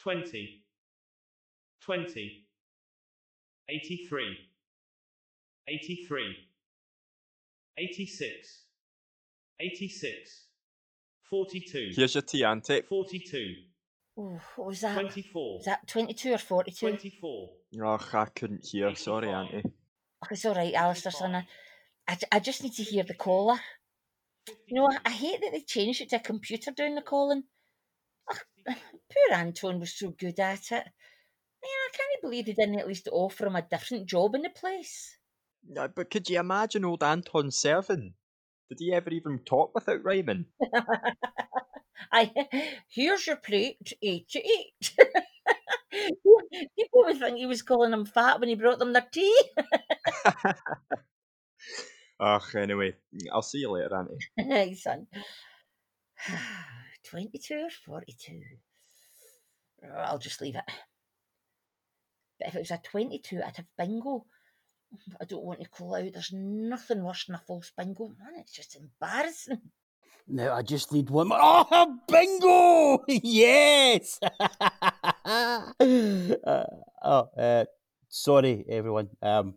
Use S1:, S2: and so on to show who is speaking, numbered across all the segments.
S1: 20 20 83 83 86 86 42
S2: Piaciuti Ante.
S1: 42
S3: Oh, what was that?
S1: 24
S3: Was that 22 or 42?
S1: 24
S2: Oh, I couldn't hear. Sorry, Auntie.
S3: Oh, it's all right, Alistair, son. I, I j- I just need to hear the caller. You know, I, I hate that they changed it to a computer doing the calling. Poor Anton was so good at it. Man, I can't believe they didn't at least offer him a different job in the place.
S2: No, but could you imagine old Anton serving? Did he ever even talk without rhyming?
S3: I here's your plate, eight to eight. People would think he was calling them fat when he brought them their tea.
S2: Ugh, anyway, I'll see you later, Auntie.
S3: Aye, son. 22 or 42? Oh, I'll just leave it. But if it was a 22, I'd have bingo. But I don't want to call out. There's nothing worse than a false bingo. Man, it's just embarrassing.
S4: Now I just need one more. Oh, bingo! Yes! Uh, oh, uh, sorry, everyone. Um,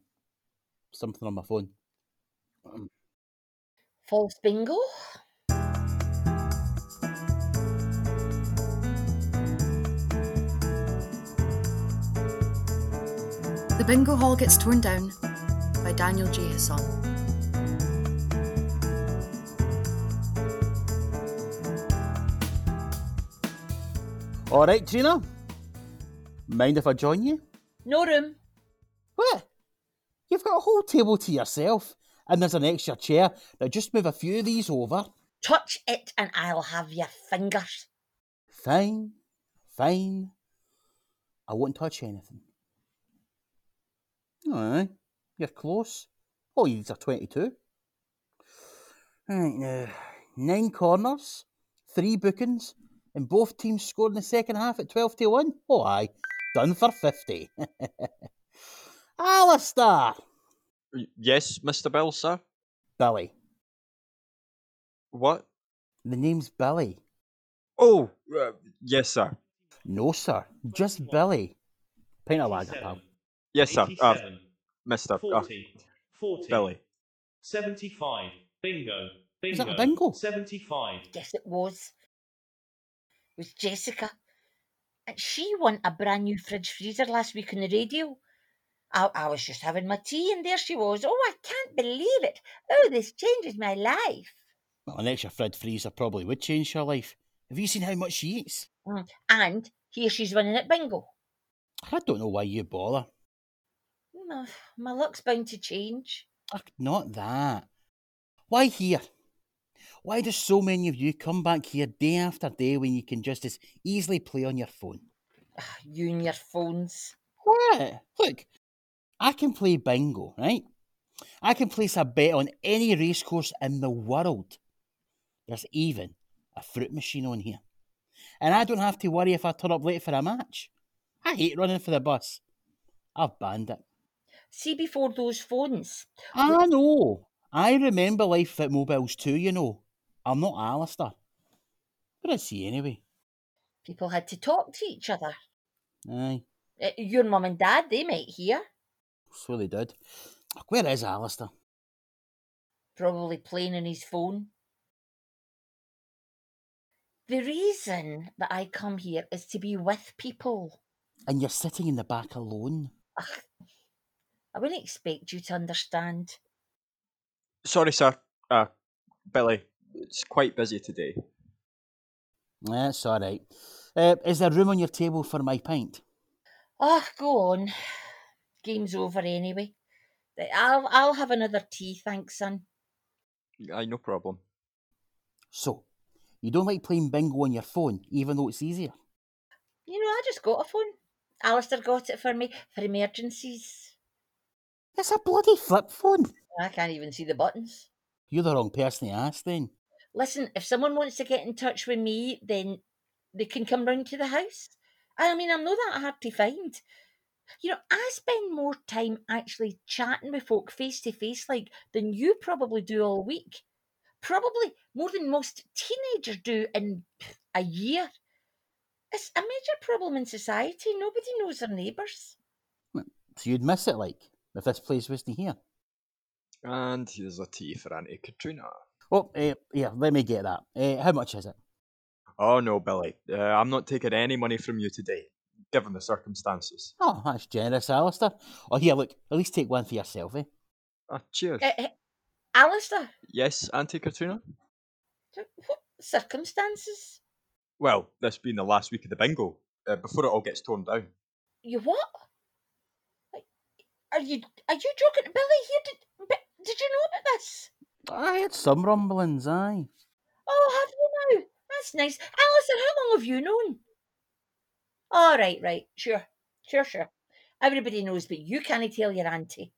S4: something on my phone.
S3: False bingo?
S5: The Bingo Hall Gets Torn Down by Daniel J. Hassan.
S4: All right, Trina. Mind if I join you?
S3: No room.
S4: What? You've got a whole table to yourself, and there's an extra chair. Now just move a few of these over.
S3: Touch it and I'll have your fingers.
S4: Fine, fine. I won't touch anything. Aye, you're close. All you need are 22. Right now, nine corners, three bookings, and both teams scored in the second half at 12 to 1. Oh, aye, done for 50. Alistair!
S2: Y- Yes, Mr. Bill, sir?
S4: Billy.
S2: What?
S4: The name's Billy.
S2: Oh, uh, yes, sir.
S4: No, sir, just Billy. Pint of lager, pal.
S2: Yes, sir. Uh,
S1: 87,
S2: Mr. Uh,
S1: 40 40
S2: Billy.
S1: 75 bingo bingo
S4: Is that a bingo?
S1: 75
S3: Guess it was. It was Jessica. And she won a brand new fridge freezer last week on the radio. I, I was just having my tea and there she was. Oh, I can't believe it. Oh, this changes my life.
S4: Well, an extra Fred freezer probably would change her life. Have you seen how much she eats?
S3: Mm, And here she's winning at bingo.
S4: I don't know why you bother.
S3: My, my luck's bound to change.
S4: Ugh, not that. Why here? Why do so many of you come back here day after day when you can just as easily play on your phone?
S3: Ah, You and your phones.
S4: What? Look, I can play bingo, right? I can place a bet on any racecourse in the world. There's even a fruit machine on here. And I don't have to worry if I turn up late for a match. I hate running for the bus. I've banned it.
S3: See before those phones.
S4: I know. I remember life at Mobiles too, you know. I'm not Alistair. But I see anyway.
S3: People had to talk to each other.
S4: Aye,
S3: Eh, Your mum and dad, they might hear.
S4: so they did. Look, Where is Alistair?
S3: probably playing on his phone. The reason that I come here is to be with people.
S4: And you're sitting in the back alone.
S3: Ugh, I wouldn't expect you to understand.
S2: Sorry, sir. Uh, Billy, it's quite busy today.
S4: That's all Eh, right. Uh, is there room on your table for my pint?
S3: Ah, go on. Game's over anyway. Eh, I'll I'll have another tea, thanks, son.
S2: Aye, no problem.
S4: So, you don't like playing bingo on your phone, even though it's easier.
S3: You know, I just got a phone. Alistair got it for me for emergencies.
S4: It's a bloody flip phone.
S3: I can't even see the buttons.
S4: You're the wrong person to ask then.
S3: listen, if someone wants to get in touch with me, then they can come round to the house. I mean, I'm not that hard to find. You know, I spend more time actually chatting with folk face to face, like than you probably do all week. Probably more than most teenagers do in a year. It's a major problem in society. Nobody knows their neighbours.
S4: So you'd miss it, like, if this place wasn't here.
S2: And here's a T for Auntie Katrina.
S4: Oh, eh, yeah, let me get that. Eh, how much is it?
S6: Oh no, Billy. Uh, I'm not taking any money from you today, given the circumstances.
S4: Oh, that's generous, Alistair. Oh, here, look, at least take one for yourself, eh?
S6: Ah, cheers.
S3: Eh, eh, Alistair,
S6: yes, Auntie Katrina?
S3: what circumstances?
S6: Well, this being the last week of the bingo, uh, before it all gets torn down.
S3: You what? Like, Are you are you joking, Billy? Here did Bi- did you know about this?
S4: I had some rumblings, aye.
S3: Oh, have you now? That's nice, Alistair. How long have you known? All right, right, sure, sure, sure. Everybody knows, but you can't tell your auntie.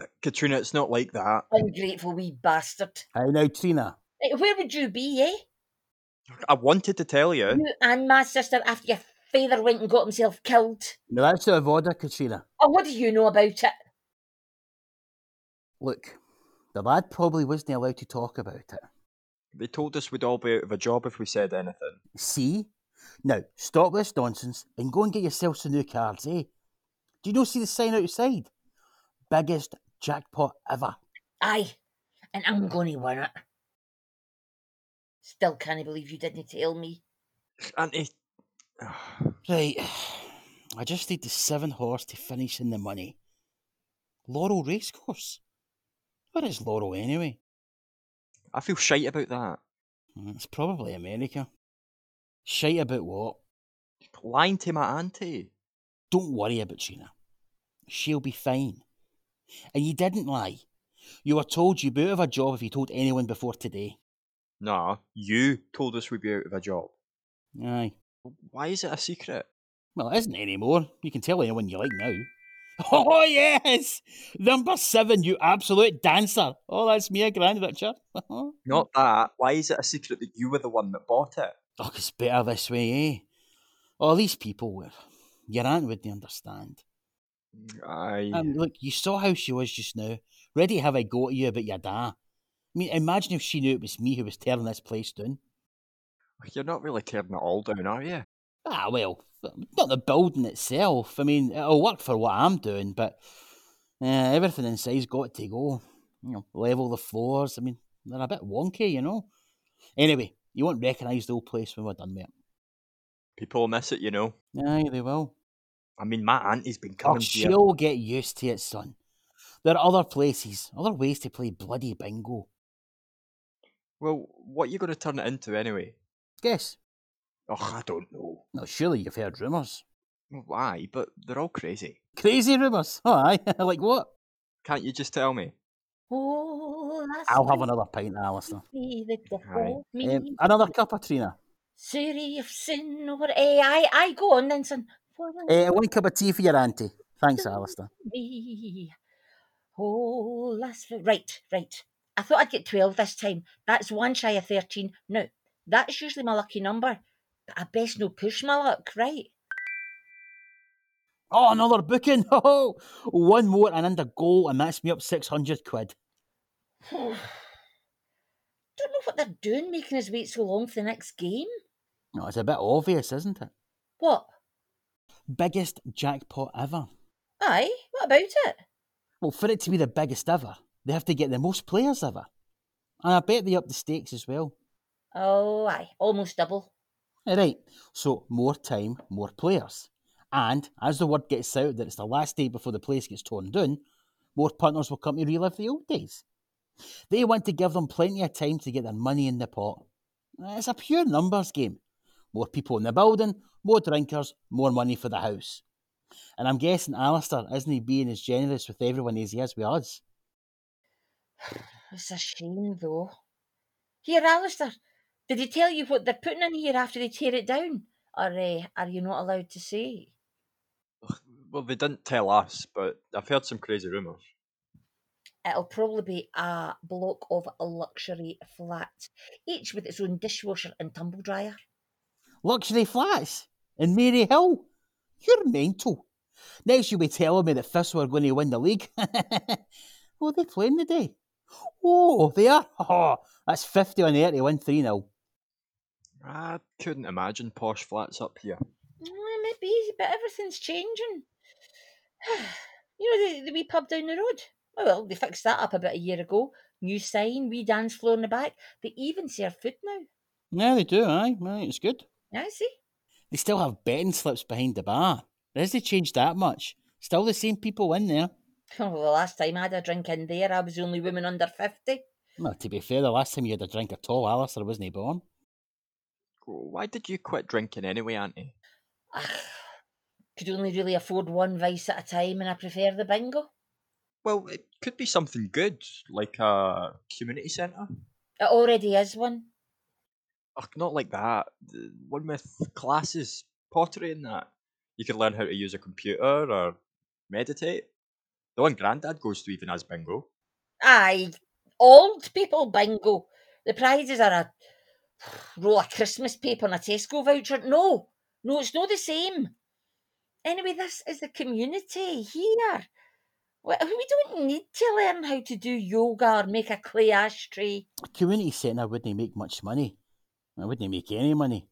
S6: Uh, Katrina, it's not like that.
S3: Ungrateful wee bastard.
S4: How now, Trina?
S3: Right, where would you be, eh?
S6: I wanted to tell you.
S3: You and my sister after your father went and got himself killed.
S4: Now that's out of order, Katrina.
S3: Oh, what do you know about it?
S4: Look, the lad probably wasn't allowed to talk about it.
S6: They told us we'd all be out of a job if we said anything.
S4: See? Now, stop this nonsense and go and get yourself some new cards, eh? Do you not see the sign outside? Biggest jackpot ever.
S3: Aye, and I'm going to win it. Still can't believe you didn't tell me.
S6: Auntie.
S4: Right. I just need the seven horse to finish in the money. Laurel Racecourse? Where is Laurel anyway? Hmm,
S6: I feel shite about that.
S4: It's probably America. Shite about what?
S6: Lying to my auntie.
S4: Don't worry about Sheena. She'll be fine. And you didn't lie. You were told you'd be out of a job if you told anyone before today.
S6: Nah, you told us we'd be out of a job.
S4: Aye.
S6: Why is it a secret?
S4: Well, it isn't anymore. You can tell anyone you like now. Oh, yes! Number seven, you absolute dancer. Oh, that's me again, Richard. oh,
S6: Not that. Why is it a secret that you were the one that bought it?
S4: it's better this way, eh? All these people were. Your aunt wouldn't understand.
S6: I.
S4: Um, look, you saw how she was just now. Ready to have a go at you about your da. I mean, imagine if she knew it was me who was tearing this place down.
S6: You're not really tearing it all down, are you?
S4: Ah, well, not the building itself. I mean, it'll work for what I'm doing, but uh, everything inside's got to go. You know, level the floors. I mean, they're a bit wonky, you know. Anyway, you won't recognise the old place when we're done with it.
S6: People will miss it, you know.
S4: Aye, they will.
S6: I mean, my auntie's been
S4: Oh,
S6: coming here.
S4: she'll get used to it, son. There are other places, other ways to play bloody bingo.
S6: Well, what are you going to turn it into anyway?
S4: Guess.
S6: Oh, I don't know.
S4: Now, surely you've heard rumours.
S6: Why? But they're all crazy.
S4: Crazy rumours. Oh, aye. like what?
S6: Can't you just tell me?
S3: Oh, last
S4: I'll have
S3: night
S4: another pint, Alistair.
S3: see the death
S6: Aye.
S3: of me,
S4: Um, another cup of Trina.
S3: Surrey of sin over eh, I, I go on then, son. For the
S4: Uh, one cup of tea for your auntie. Thanks, Alistair.
S3: me. Oh, last fri- right, right. I thought I'd get twelve this time. That's one shy of thirteen. Now, that's usually my lucky number, but I best no push my luck, right?
S4: Oh, another booking. Oh, one more and under goal, and that's me up 600 quid.
S3: Don't know what they're doing, making us wait so long for the next game.
S4: No, it's a bit obvious, isn't it?
S3: What?
S4: Biggest jackpot ever.
S3: Aye, what about it?
S4: Well, for it to be the biggest ever, they have to get the most players ever. And I bet they up the stakes as well.
S3: Oh, aye, almost double.
S4: All right, so more time, more players. And as the word gets out that it's the last day before the place gets torn down, more punters will come to relive the old days. They want to give them plenty of time to get their money in the pot. It's a pure numbers game. More people in the building, more drinkers, more money for the house. And I'm guessing Alistair isn't he being as generous with everyone as he is with us?
S3: It's a shame, though. Here, Alistair, did he tell you what they're putting in here after they tear it down? Or eh, are you not allowed to say?
S6: Well, they didn't tell us, but I've heard some crazy rumours.
S3: It'll probably be a block of a luxury flats, each with its own dishwasher and tumble dryer.
S4: luxury flats in Mary Hill. You're mental. Next, you'll be telling me that Fists were going to win the league. oh, they playing the day. Oh, they are. Oh, that's 50 on air to win 3 0.
S6: I couldn't imagine posh flats up here.
S3: Mm, maybe, but everything's changing. you know, the, the wee pub down the road. Oh, well, they fixed that up about a year ago. New sign, wee dance floor in the back. They even serve food now.
S4: Yeah, they do, aye. aye, it's good.
S3: Now, see?
S4: They still have betting slips behind the bar. It hasn't changed that much. Still the same people in there.
S3: Oh, well, the last time I had a drink in there, I was the only woman under 50.
S4: Well, to be fair, the last time you had a drink at all, Alistair wasn't born.
S6: Oh, Why did you quit drinking anyway, Auntie?
S3: Could only really afford one vice at a time, and I prefer the bingo.
S6: Well, it could be something good, like a community centre.
S3: It already is one.
S6: Ugh, not like that. The One with classes, pottery and that. You could learn how to use a computer or meditate. The one Grandad goes to even has bingo.
S3: Aye, old people bingo. The prizes are a roll of Christmas paper and a Tesco voucher. No, no, it's not the same. Anyway, this is the community here. We we don't need to learn how to do yoga or make a clay ashtray.
S4: A community centre wouldn't make much money. I wouldn't make any money.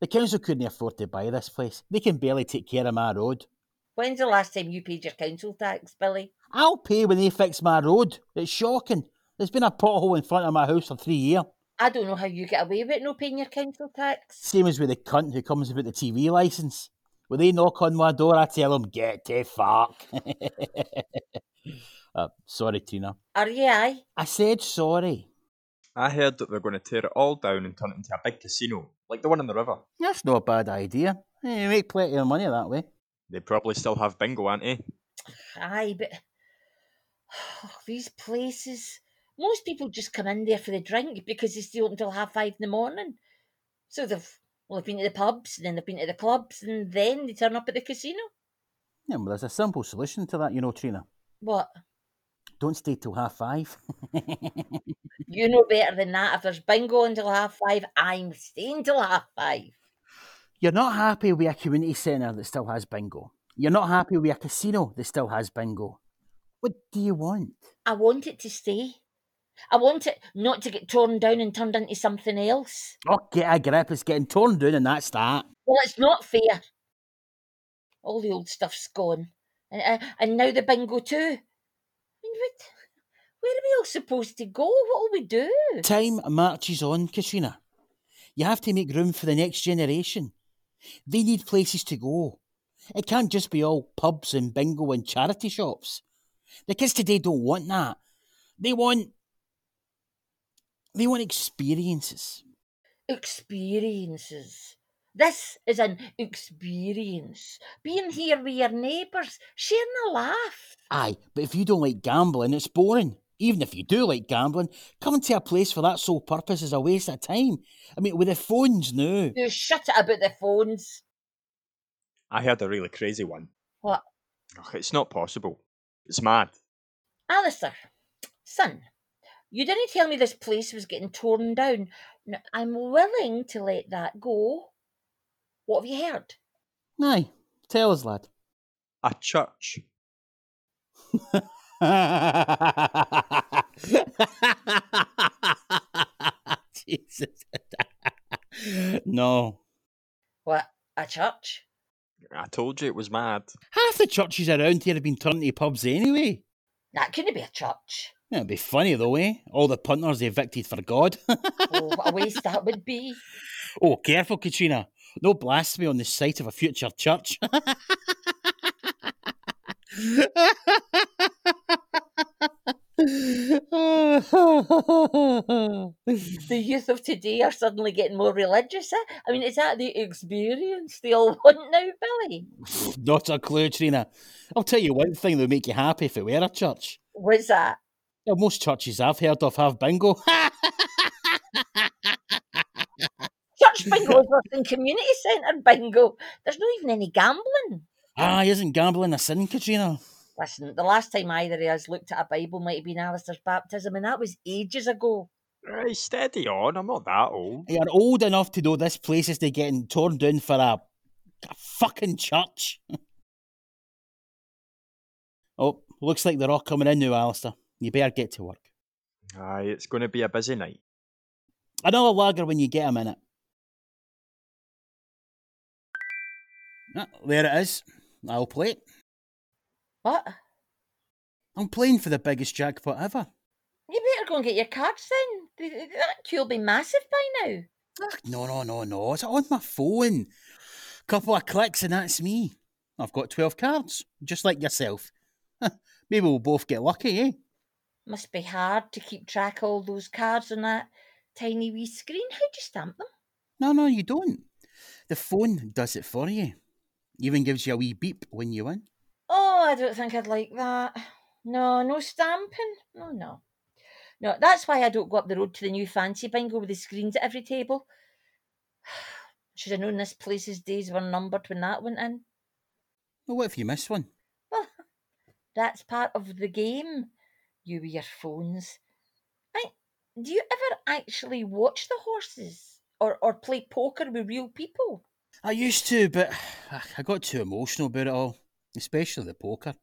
S4: The council couldn't afford to buy this place. They can barely take care of my road.
S3: When's the last time you paid your council tax, Billy?
S4: I'll pay when they fix my road. It's shocking. There's been a pothole in front of my house for three years.
S3: I don't know how you get away with no paying your council tax.
S4: Same as with the cunt who comes with the TV licence. When they knock on my door, I tell them, get the fuck. uh, sorry, Tina.
S3: Are you aye?
S4: I said sorry.
S6: I heard that they're going to tear it all down and turn it into a big casino, like the one in the river.
S4: That's not a bad idea. Eh, You make plenty of money that way.
S6: They probably still have bingo, Auntie.
S3: Aye, but these places, most people just come in there for the drink because they stay open till half five in the morning. So they've well, they've been to the pubs, and then they've been to the clubs, and then they turn up at the casino.
S4: Yeah, well, there's a simple solution to that, you know, Trina.
S3: What?
S4: Don't stay till half five.
S3: You know better than that. If there's bingo until half five, I'm staying till half five.
S4: You're not happy with a community centre that still has bingo. You're not happy with a casino that still has bingo. What do you want?
S3: I want it to stay. I want it not to get torn down and turned into something else.
S4: Oh, get a grip. It's getting torn down, and that's that.
S3: Well, it's not fair. All the old stuff's gone, and uh, and now the bingo too. I mean, what, where are we all supposed to go? What'll we do?
S4: Time marches on, Katrina. You have to make room for the next generation. They need places to go. It can't just be all pubs and bingo and charity shops. The kids today don't want that. They want. They want experiences.
S3: Experiences. This is an experience. Being here with your neighbours, sharing a laugh.
S4: Aye, but if you don't like gambling, it's boring. Even if you do like gambling, coming to a place for that sole purpose is a waste of time. I mean, with the phones now.
S3: You shut it about the phones.
S6: I heard a really crazy one.
S3: What?
S6: Ugh, it's not possible. It's mad.
S3: Alistair, son, you didn't tell me this place was getting torn down. Now, I'm willing to let that go. What have you heard?
S4: Aye, tell us, lad.
S6: A church.
S4: Jesus. no.
S3: What, a church?
S6: I told you it was mad.
S4: Half the churches around here have been turned to pubs anyway.
S3: That couldn't be a church.
S4: It'd be funny though, eh? All the punters evicted for God.
S3: Oh, what a waste that would be.
S4: oh, careful, Katrina. No blasphemy on the site of a future church.
S3: The youth of today are suddenly getting more religious. Eh? I mean, is that the experience they all want now, Billy?
S4: Not a clue, Trina. I'll tell you one thing that would make you happy if it were a church.
S3: Was that?
S4: Yeah, most churches I've heard of have bingo.
S3: Church bingo is worse than community centre bingo. There's not even any gambling.
S4: ah, isn't gambling a sin, Katrina?
S3: Listen, the last time either of us looked at a Bible might have been Alistair's baptism, and that was ages ago.
S6: Right, steady on. I'm not that old.
S4: You're old enough to know this place is getting torn down for a, a fucking church. oh, looks like they're all coming in now, Alistair. You better get to work.
S6: Aye, it's going to be a busy night.
S4: Another lager when you get a minute. Ah, there it is. I'll play it.
S3: What?
S4: I'm playing for the biggest jackpot ever.
S3: You better go and get your cards then. Th- th- That queue'll be massive by now.
S4: Ugh, No, no, no, no. It's on my phone. Couple of clicks and that's me. I've got 12 cards, just like yourself. Huh, Maybe we'll both get lucky, eh?
S3: Must be hard to keep track of all those cards on that tiny wee screen. How do you stamp them?
S4: No, no, you don't. The phone does it for you. Even gives you a wee beep when you win.
S3: Oh, I don't think I'd like that. No, no stamping. No, no. No, that's why I don't go up the road to the new fancy bingo with the screens at every table. Should have known this place's days were numbered when that went in.
S4: Well, what if you miss one?
S3: Well, that's part of the game. You with your phones. I do you ever actually watch the horses or or play poker with real people?
S4: I used to, but ah, I got too emotional about it all, especially the poker.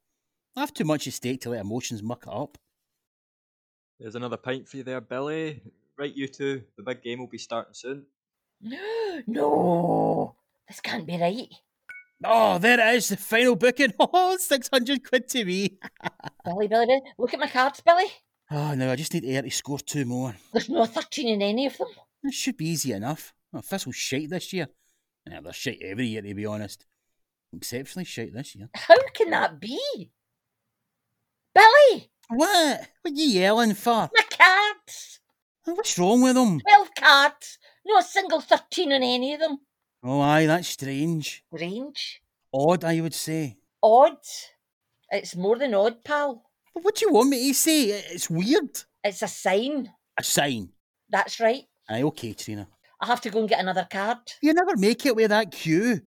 S4: I have too much at stake to let emotions muck it up.
S6: There's another pint for you there, Billy. Right, you two. The big game will be starting soon.
S3: no, this can't be right.
S4: Oh, there it is, the final booking. Oh, 600 quid to me.
S3: Billy, Billy, Billy, look at my cards, Billy.
S4: Oh, no, I just need air to score two more.
S3: There's no 13 in any of them.
S4: This should be easy enough. Oh, Thistle shite this year. Yeah, they're shite every year, to be honest. Exceptionally shite this year.
S3: How can that be? Billy,
S4: What? What are you yelling for?
S3: my cards!
S4: Oh, What's wrong with them?
S3: 12 cards! No single 13 in any of them.
S4: Oh, aye, that's strange.
S3: Range.
S4: Odd, I would say.
S3: Odd. It's more than odd, pal.
S4: But what do you want me to say? I- It's weird.
S3: It's a sign.
S4: A sign.
S3: That's right.
S4: Aye, okay, Trina.
S3: I have to go and get another card.
S4: You never make it with that cue.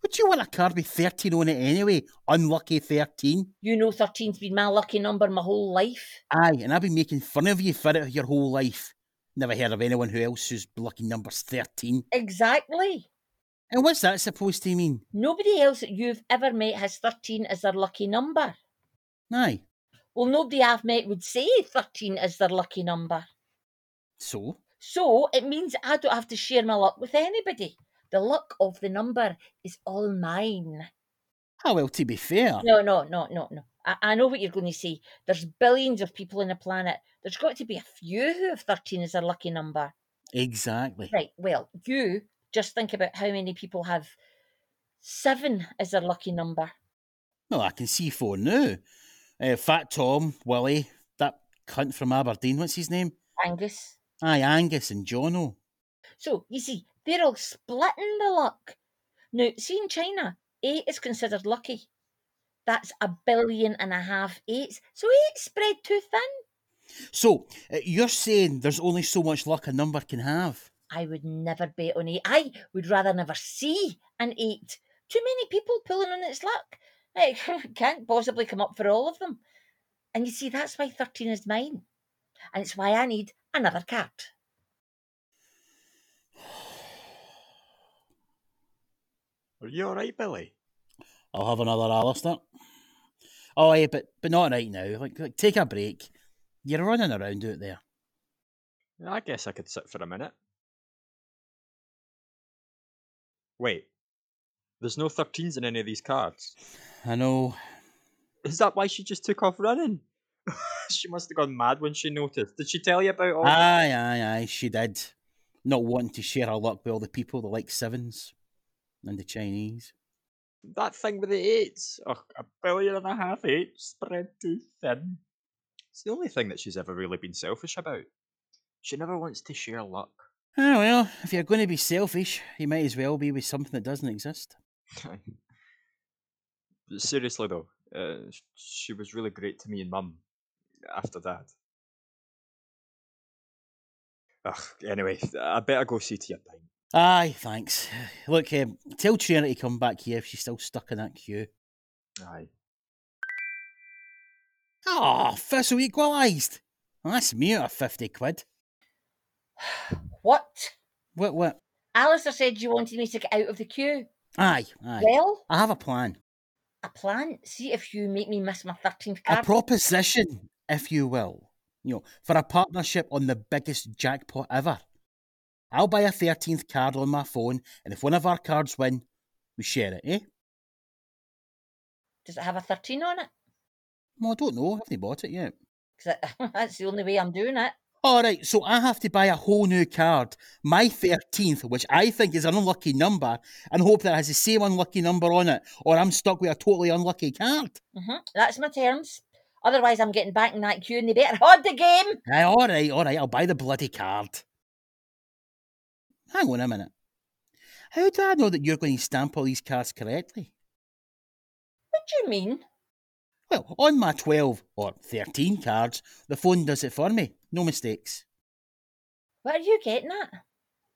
S4: Would you want a card with 13 on it anyway? Unlucky 13.
S3: You know 13's been my lucky number my whole life.
S4: Aye, and I've been making fun of you for it your whole life. Never heard of anyone who else whose lucky number's 13.
S3: Exactly.
S4: And what's that supposed to mean?
S3: Nobody else that you've ever met has 13 as their lucky number.
S4: Aye.
S3: Well, nobody I've met would say 13 is their lucky number.
S4: So?
S3: So it means I don't have to share my luck with anybody. The luck of the number is all mine.
S4: Ah, well, to be fair.
S3: No, no, no, no, no. I, I know what you're going to say. There's billions of people on the planet. There's got to be a few who have 13 as their lucky number.
S4: Exactly.
S3: Right. Well, you just think about how many people have seven as their lucky number.
S4: Well, I can see four now. Uh, Fat Tom, Willie, that cunt from Aberdeen, what's his name?
S3: Angus.
S4: Aye, Angus and Jono.
S3: So you see, they're all splitting the luck. Now, see in China, eight is considered lucky. That's a billion and a half eights. So eight spread too thin.
S4: So, uh, you're saying there's only so much luck a number can have?
S3: I would never bet on eight. I would rather never see an eight. Too many people pulling on its luck. I can't possibly come up for all of them. And you see, that's why 13 is mine. And it's why I need another card.
S6: Are you alright, Billy?
S4: I'll have another Alistair. Oh, aye, but, but not right now. Like, like, take a break. You're running around out there.
S6: Yeah, I guess I could sit for a minute. Wait. There's no 13s in any of these cards.
S4: I know.
S6: Is that why she just took off running? she must have gone mad when she noticed. Did she tell you about all
S4: Aye, aye, aye, she did. Not wanting to share her luck with all the people that like sevens and the Chinese.
S6: that thing with the eights? Ugh, a billion and a half eights spread too thin. It's the only thing that she's ever really been selfish about. She never wants to share luck.
S4: Ah, well, if you're going to be selfish, you might as well be with something that doesn't exist.
S6: But Seriously though, uh, sh- she was really great to me and Mum after that. Ugh, anyway, I better go see to your pint.
S4: Aye, thanks. Look, um, tell Trina to come back here if she's still stuck in that queue.
S6: Aye.
S4: Ah, Thistle equalised. That's me out of 50 quid.
S3: What?
S4: What, what?
S3: Alistair said you wanted me to get out of the queue.
S4: Aye, aye.
S3: Well,
S4: I have a plan.
S3: a plan. See if you make me miss my 13th
S4: A
S3: card.
S4: proposition, if you will, you know, for a partnership on the biggest jackpot ever. I'll buy a 13th card on my phone, and if one of our cards win, we share it, eh?
S3: Does it have a 13 on it?
S4: Well, I don't know. I haven't bought it yet.
S3: 'Cause I- that's the only way I'm doing it.
S4: All right, so I have to buy a whole new card. My 13th, which I think is an unlucky number, and hope that it has the same unlucky number on it, or I'm stuck with a totally unlucky card.
S3: hmm That's my terms. Otherwise, I'm getting back in that queue and they better hold the game.
S4: Aye, all right, all right, I'll buy the bloody card. Hang on a minute. How do I know that you're going to stamp all these cards correctly?
S3: What do you mean?
S4: Well, on my 12 or 13 cards, the phone does it for me. No mistakes.
S3: What are you getting at?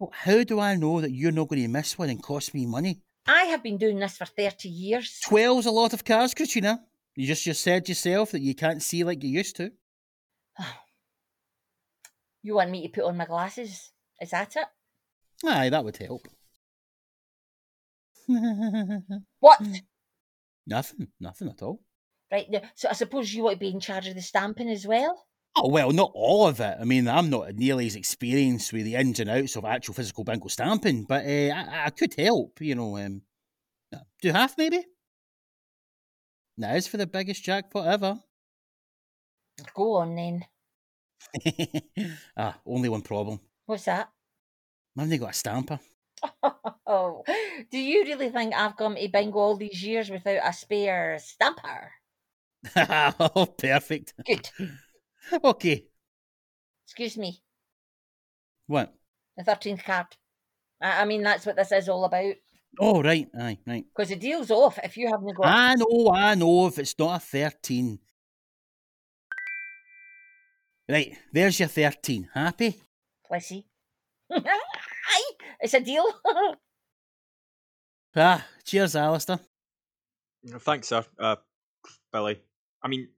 S4: Well, how do I know that you're not going to miss one and cost me money?
S3: I have been doing this for 30 years.
S4: 12's a lot of cards, Katrina. You just, just said yourself that you can't see like you used to.
S3: You want me to put on my glasses? Is that it?
S4: Aye, that would help.
S3: What?
S4: nothing, nothing at all.
S3: Right, now, so I suppose you want to be in charge of the stamping as well?
S4: Oh, well, not all of it. I mean, I'm not nearly as experienced with the ins and outs of actual physical bingo stamping, but uh, I, I could help, you know. Um, do half, maybe? That is for the biggest jackpot ever.
S3: Go on then.
S4: ah, only one problem.
S3: What's that?
S4: I've only got a stamper.
S3: Oh, do you really think I've come to bingo all these years without a spare stamper?
S4: oh, perfect.
S3: Good.
S4: Okay.
S3: Excuse me.
S4: What?
S3: The 13th card. I I mean, that's what this is all about.
S4: Oh, right. Aye, right.
S3: Because the deal's off if you haven't got.
S4: I know, I know, if it's not a 13. Right, there's your 13. Happy?
S3: Plessy. Aye, it's a deal.
S4: Ah, cheers, Alistair.
S6: No, Thanks, sir. Uh, Billy. I mean,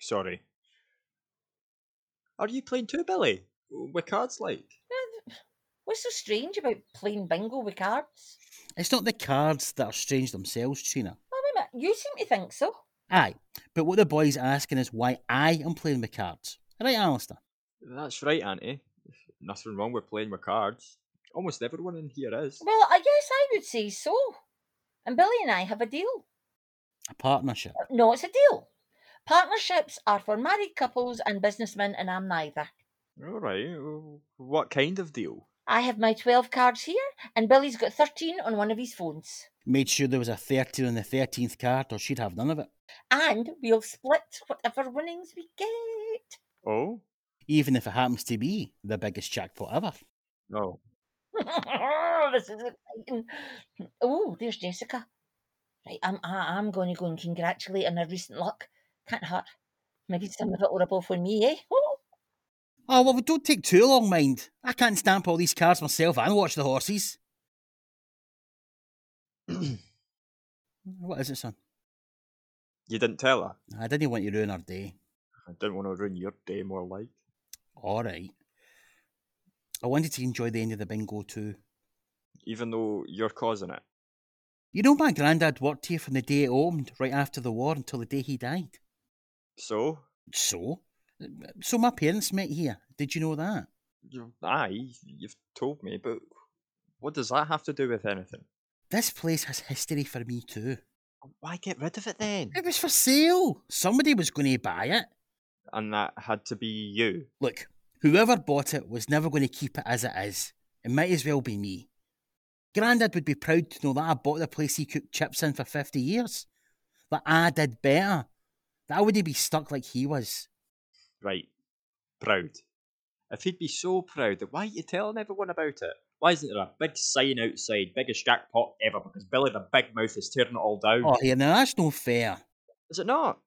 S6: sorry. Are you playing too, Billy? With cards like?
S3: What's so strange about playing bingo with cards?
S4: It's not the cards that are strange themselves, Trina.
S3: Oh, wait a minute. You seem to think so.
S4: Aye, but what the boy's asking is why I am playing with cards. Right, Alistair?
S6: That's right, Auntie. Nothing wrong with playing with cards. Almost everyone in here is.
S3: Well, I guess I would say so. And Billy and I have a deal.
S4: A partnership.
S3: No, it's a deal. Partnerships are for married couples and businessmen, and I'm neither.
S6: Alright, w- what kind of deal?
S3: I have my 12 cards here, and Billy's got 13 on one of his phones.
S4: Made sure there was a 13 on the 13th card, or she'd have none of it.
S3: And we'll split whatever winnings we get.
S6: Oh?
S4: Even if it happens to be the biggest jackpot ever.
S6: No.
S3: this is exciting. Oh, there's Jessica. Right, I'm I, I'm going to go and congratulate her on her recent luck. Can't hurt. Maybe some of it will rub off on me, eh? Oh,
S4: Oh, well, don't take too long, mind. I can't stamp all these cards myself and watch the horses. what is it, son?
S6: You didn't tell her?
S4: I didn't want you to ruin our day.
S6: I didn't want to ruin your day more like.
S4: All right. I wanted to enjoy the end of the bingo too.
S6: Even though you're causing it.
S4: You know, my granddad worked here from the day it opened, right after the war, until the day he died.
S6: So?
S4: So? So my parents met here. Did you know that?
S6: You, aye, you've told me, but what does that have to do with anything?
S4: This place has history for me too.
S6: Why get rid of it then?
S4: It was for sale. Somebody was going to buy it.
S6: And that had to be you.
S4: Look, whoever bought it was never going to keep it as it is. It might as well be me. Grandad would be proud to know that I bought the place he cooked chips in for 50 years. That I did better. That I wouldn't be stuck like he was.
S6: Right. Proud. If he'd be so proud, then why aren't you telling everyone about it? Why isn't there a big sign outside, biggest jackpot ever? Because Billy the Big Mouth is tearing it all down.
S4: Oh, here, now that's no fair.
S6: Is it not?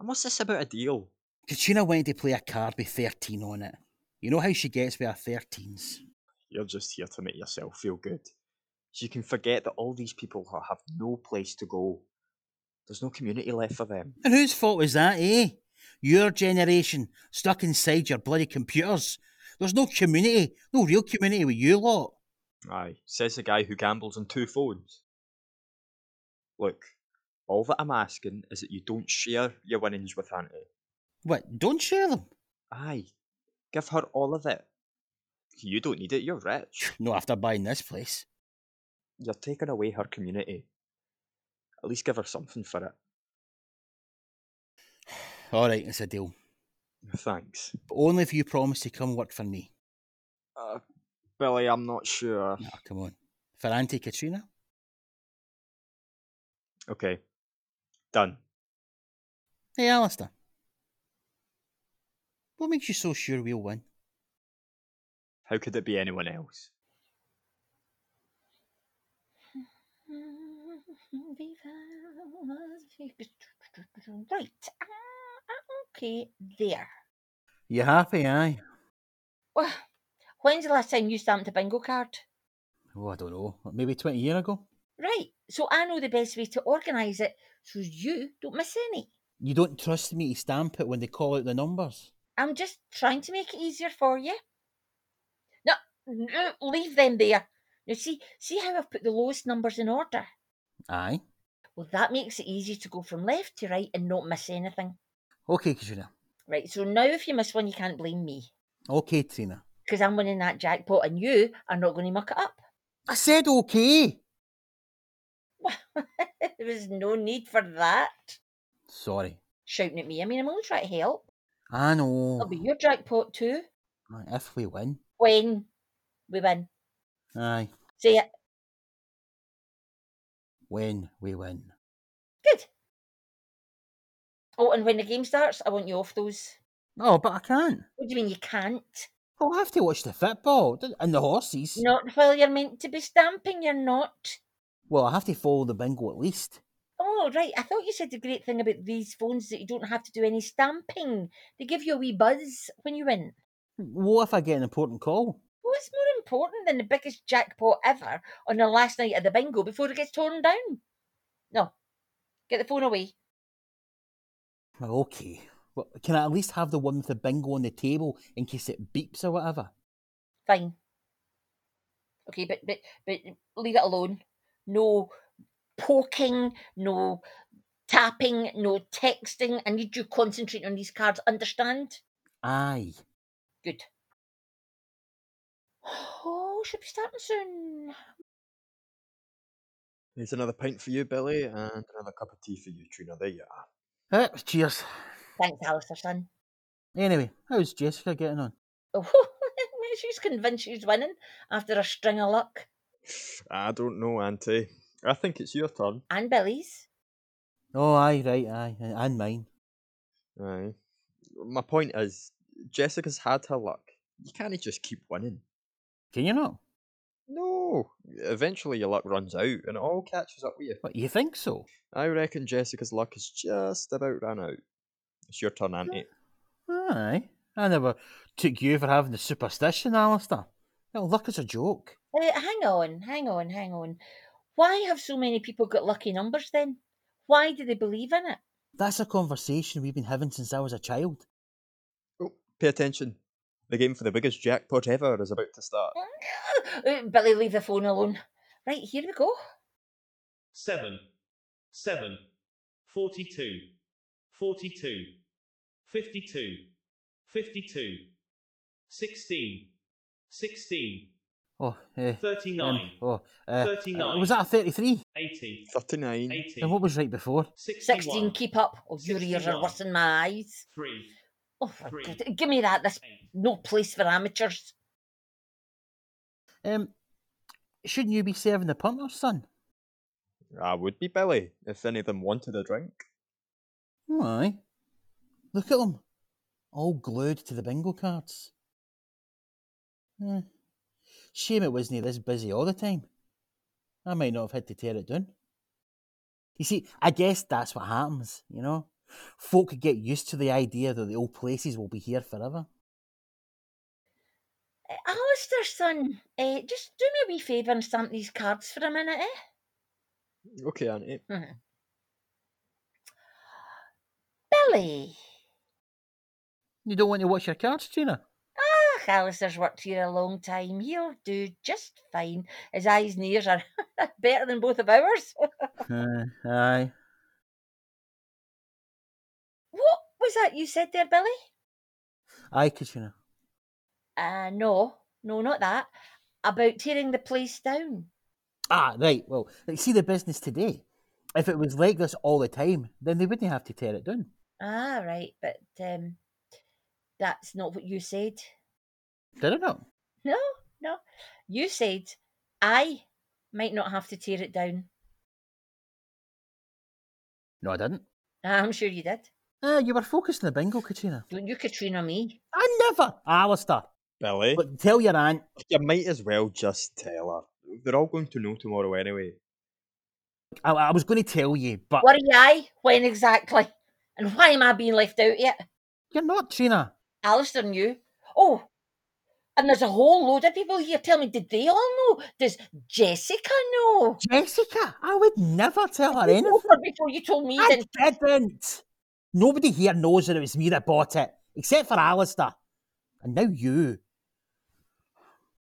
S6: And what's this about a deal?
S4: Katrina wanted to play a card with 13 on it. You know how she gets with her 13s.
S6: You're just here to make yourself feel good. So you can forget that all these people ha- have no place to go. There's no community left for them.
S4: And whose fault was that, eh? Your generation, stuck inside your bloody computers. There's no community, no real community with you lot.
S6: Aye, says the guy who gambles on two phones. Look, all that I'm asking is that you don't share your winnings with Auntie.
S4: What, don't share them?
S6: Aye, give her all of it. You don't need it, you're rich.
S4: Not after buying this place.
S6: You're taking away her community. At least give her something for it.
S4: All right, it's a deal.
S6: Thanks.
S4: But only if you promise to come work for me.
S6: Uh, Billy, I'm not sure.
S4: Ah, come on. For Auntie Katrina?
S6: Okay. Done.
S4: Hey, Alistair. What makes you so sure we'll win?
S6: How could it be anyone else?
S3: Right. Ah, okay, there.
S4: You happy, aye?
S3: Well, when's the last time you stamped a bingo card?
S4: Oh, I don't know. Maybe 20 years ago?
S3: Right, so I know the best way to organise it so you don't miss any.
S4: You don't trust me to stamp it when they call out the numbers.
S3: I'm just trying to make it easier for you. No, no, leave them there. Now see, see how I've put the lowest numbers in order.
S4: Aye.
S3: Well, that makes it easy to go from left to right and not miss anything.
S4: Okay, Katrina.
S3: Right, so now if you miss one, you can't blame me
S4: Okay, Trina.
S3: because I'm winning that jackpot and you are not going to muck it up.
S4: I said okay.
S3: there was no need for that.
S4: Sorry.
S3: Shouting at me. I mean, I'm only trying to help.
S4: I know.
S3: It'll be your jackpot too
S4: Aye, If we win.
S3: when we win.
S4: Aye.
S3: Say it.
S4: When we win.
S3: Good. Oh, and when the game starts, I want you off those.
S4: Oh, but I can't.
S3: What do you mean you can't?
S4: I'll have to watch the football d- and the horses.
S3: Not while you're meant to be stamping, you're not.
S4: Well, I have to follow the bingo at least.
S3: Oh, right. I thought you said the great thing about these phones that you don't have to do any stamping. They give you a wee buzz when you win.
S4: What if I get an important call?
S3: What's more important than the biggest jackpot ever on the last night of the bingo before it gets torn down? No. Get the phone away.
S4: Well, okay. Well, can I at least have the one with the bingo on the table in case it beeps or whatever?
S3: Fine. Okay, but but but leave it alone. No poking, no tapping, no texting. I need you concentrating on these cards, understand?
S4: Aye.
S3: Good. Oh, should be starting soon.
S6: Here's another pint for you, Billy, and another cup of tea for you, Trina. There you are.
S4: Eh, cheers.
S3: Thanks, Alistair, son.
S4: Anyway, how's Jessica getting on?
S3: Oh, she's convinced she's winning after a string of luck.
S6: I don't know, Auntie. I think it's your turn.
S3: And Billy's.
S4: Oh, aye, right, aye, and- and mine.
S6: Aye. My point is, Jessica's had her luck. You can't just keep winning.
S4: Can you not?
S6: No. Eventually, your luck runs out, and it all catches up with you.
S4: What, you think so?
S6: I reckon Jessica's luck has just about run out. It's your turn, Auntie.
S4: Aye. I never took you for having the superstition, Alistair. Well, luck is a joke.
S3: Uh, hang on, hang on, hang on. Why have so many people got lucky numbers then? Why do they believe in it?
S4: That's a conversation we've been having since I was a child.
S6: Oh, pay attention. The game for the biggest jackpot ever is about to start.
S3: Uh, Billy, leave the phone alone. Right, here we go.
S1: 7, 7, 42, 42, 52, 52, 16, 16,
S4: Oh, eh.
S1: 39,
S4: oh, eh,
S1: 39.
S4: Was that a 33?
S1: 80,
S6: 39.
S1: 80,
S4: And what was right before?
S3: 16,
S1: 61,
S3: keep up. Oh, your ears
S1: 61.
S3: are worse than my eyes.
S1: 3,
S3: Oh, for
S1: Three.
S3: God. Give me that. This
S1: 8,
S3: no place for amateurs.
S4: Um, shouldn't you be serving the punters, son?
S6: I would be Billy if any of them wanted a drink.
S4: Oh, aye. Look at them. All glued to the bingo cards. Eh, Shame it wasn't this busy all the time. I might not have had to tear it down. You see, I guess that's what happens, you know? Folk get used to the idea that the old places will be here forever.
S3: Uh, Alistair, son, uh, just do me a wee favour and stamp these cards for a minute, eh?
S6: Okay, Auntie.
S3: Mhm. Billy.
S4: You don't want to watch your cards, Gina?
S3: Ah, Alistair's worked here a long time. He'll do just fine. His eyes and ears are better than both of ours.
S4: Uh, aye.
S3: what was that you said there, Billy?
S4: Aye, Katrina.
S3: Uh, no, no, not that. About tearing the place down.
S4: Ah, right. Well, like, see the business today. If it was like this all the time, then they wouldn't have to tear it down.
S3: Ah, right, but um, that's not what you said.
S4: Did it not?
S3: No, no. You said I might not have to tear it down.
S4: No, I didn't.
S3: I'm sure you did.
S4: Ah, you were focused on the bingo, Katrina.
S3: Don't you Katrina me?
S4: I never, Alistair.
S6: Billy,
S4: But tell your aunt.
S6: you might as well just tell her. They're all going to know tomorrow anyway.
S4: I, I was going to tell you, but
S3: Worry I? When exactly? And why am I being left out yet?
S4: you're not, Trina.
S3: Alistair knew. Oh, and there's a whole load of people here. Tell me, did they all know? Does Jessica know?
S4: Jessica, I would never tell her
S3: You told
S4: anything.
S3: her before you told me
S4: I
S3: that
S4: didn't. Nobody here knows that it was me that bought it, except for Alistair. And now you.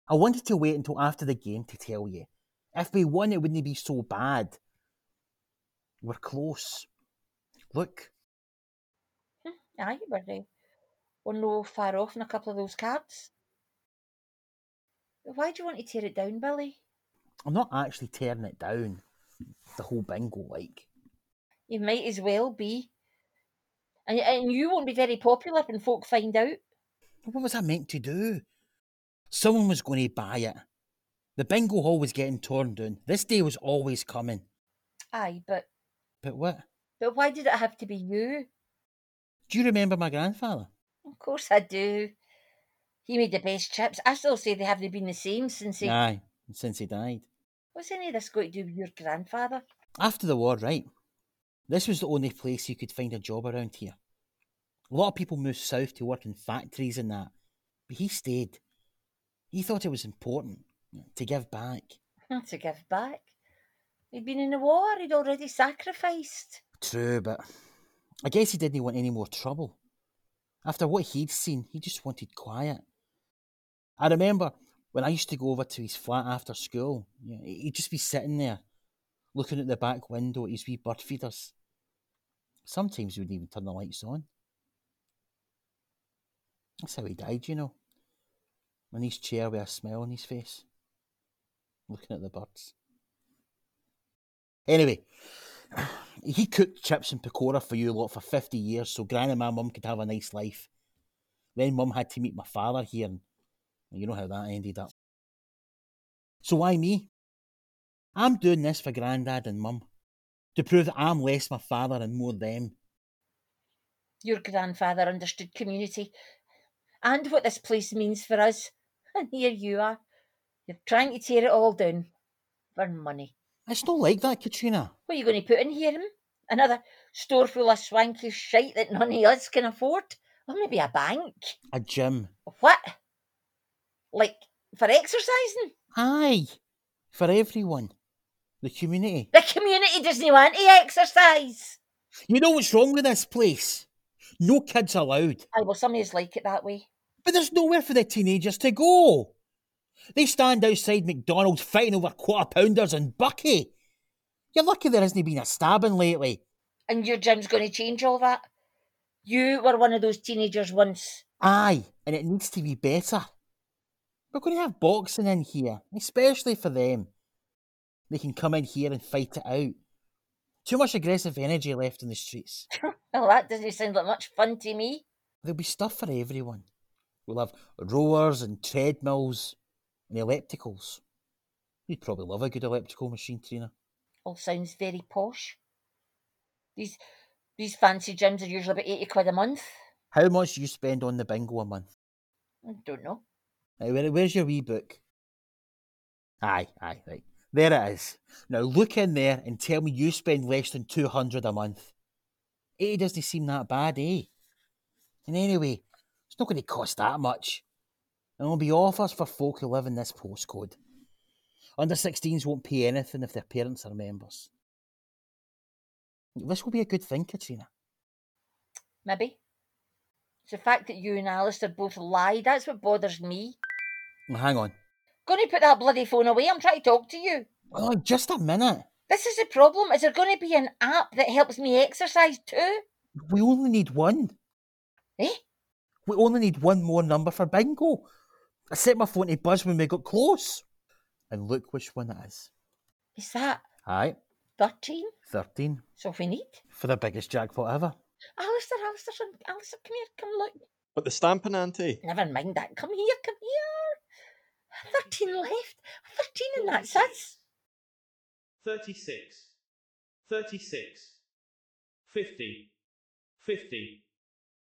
S4: I wanted to wait until after the game to tell you. If we won, it wouldn't be so bad. We're close. Look,
S3: Aye, you were right. We're no far off in a couple of those cards. But Why do you want to tear it down, Billy?
S4: I'm not actually tearing it down. The whole bingo, like.
S3: You might as well be. And, and you won't be very popular when folk find out.
S4: What was I meant to do? Someone was going to buy it. The bingo hall was getting torn down. This day was always coming.
S3: Aye, but
S4: But what?
S3: but why did it have to be you?
S4: Do you remember my grandfather?
S3: Of course I do. He made the best chips. I still say they haven't been the same since he.
S4: Aye, since he died.
S3: What's any of this got to do with your grandfather?
S4: After the war, right? This was the only place you could find a job around here. A lot of people moved south to work in factories and that, but he stayed. He thought it was important to give back.
S3: to give back. He'd been in the war. He'd already sacrificed.
S4: True, but I guess he didn't want any more trouble. After what he'd seen, he just wanted quiet. I remember when I used to go over to his flat after school, you know, he'd just be sitting there, looking at the back window at his wee bird feeders. Sometimes he wouldn't even turn the lights on. That's how he died, you know. In his chair with a smile on his face, looking at the birds. Anyway, he cooked chips and pakora for you lot for 50 years so Gran and my mum could have a nice life. Then mum had to meet my father here, and you know how that ended up. So why me? I'm doing this for Grandad and mum to prove that I'm less my father and more them.
S3: Your grandfather understood community and what this place means for us. And here you are. You're trying to tear it all down for money.
S4: It's not like that, Katrina.
S3: What are you going to put in here? hmm? Another store full of swanky shite that none of us can afford? Or maybe a bank?
S4: A gym.
S3: What? Like for exercising?
S4: Aye, for everyone. The community.
S3: The community doesn't want to exercise.
S4: You know what's wrong with this place? No kids allowed.
S3: I well, some of us like it that way.
S4: But there's nowhere for the teenagers to go. They stand outside McDonald's fighting over quarter pounders and Bucky. You're lucky there hasn't been a stabbing lately.
S3: And your gym's going to change all that. You were one of those teenagers once.
S4: Aye, and it needs to be better. We're going to have boxing in here, especially for them. They can come in here and fight it out. Too much aggressive energy left in the streets.
S3: Well, that doesn't sound like much fun to me.
S4: There'll be stuff for everyone. We'll have rowers and treadmills and ellipticals. You'd probably love a good elliptical machine, Trina.
S3: All sounds very posh. These these fancy gyms are usually about eighty quid a month.
S4: How much do you spend on the bingo a month?
S3: I don't know.
S4: Now, where, where's your wee book? Aye, aye, right. There it is. Now look in there and tell me you spend less than 200 a month. 80 doesn't seem that bad, eh? And anyway, it's not going to cost that much. And there'll be offers for folk who live in this postcode. Under 16s won't pay anything if their parents are members. This will be a good thing, Katrina.
S3: Maybe. It's the fact that you and Alistair both lie, that's what bothers me.
S4: Now, Hang on.
S3: Gonna put that bloody phone away, I'm trying to talk to you.
S4: Oh, just a minute.
S3: This is the problem. Is there gonna be an app that helps me exercise too?
S4: We only need one.
S3: Eh?
S4: We only need one more number for bingo. I set my phone to buzz when we got close. And look which one it is.
S3: Is that
S4: Aye.
S3: 13.
S4: 13
S3: So we need.
S4: for the biggest jackpot ever.
S3: Alistair, Alistair, son- Alistair, come here, come look.
S6: But the stamping ante.
S3: Never mind that. Come here, come here. 13 left. 13 and that's us.
S1: 36 36 50 50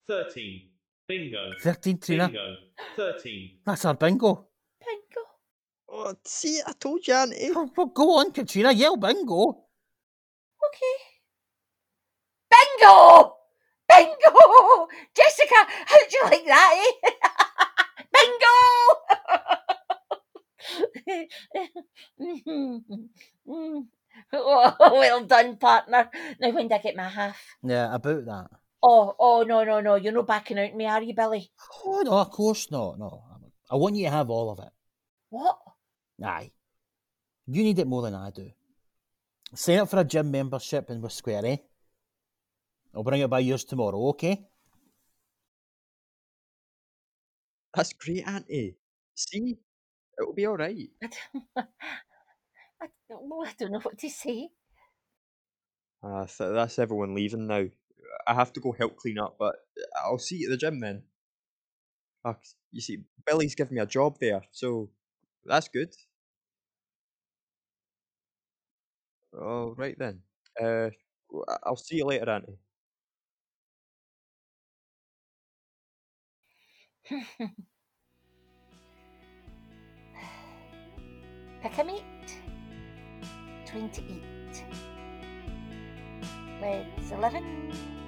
S1: 13 bingo
S4: 13, Trina.
S1: bingo 13
S4: That's our bingo.
S3: Bingo.
S6: Oh, see, I told you, Auntie.
S4: Well, well, go on, Katrina, yell bingo.
S3: Okay. Bingo! Bingo! Jessica, how'd you like that, eh? Bingo! oh, well done, partner. Now, when do I get my half?
S4: Yeah, about that.
S3: Oh, oh, no, no, no. You're not backing out me, are you, Billy?
S4: Oh, no, of course not. No, I'm- I want you to have all of it.
S3: What?
S4: Aye. You need it more than I do. Sign up for a gym membership and we're square, eh? I'll bring it by yours tomorrow, okay?
S6: That's great, Auntie. See, it'll be all right.
S3: I don't, I, don't, I don't know what to say.
S6: Uh, so that's everyone leaving now. I have to go help clean up, but I'll see you at the gym then. Ah, c- you see, Billy's given me a job there, so that's good. All right then. Uh, w- I- I'll see you later, Auntie.
S3: Pick a meat. 28. Legs 11.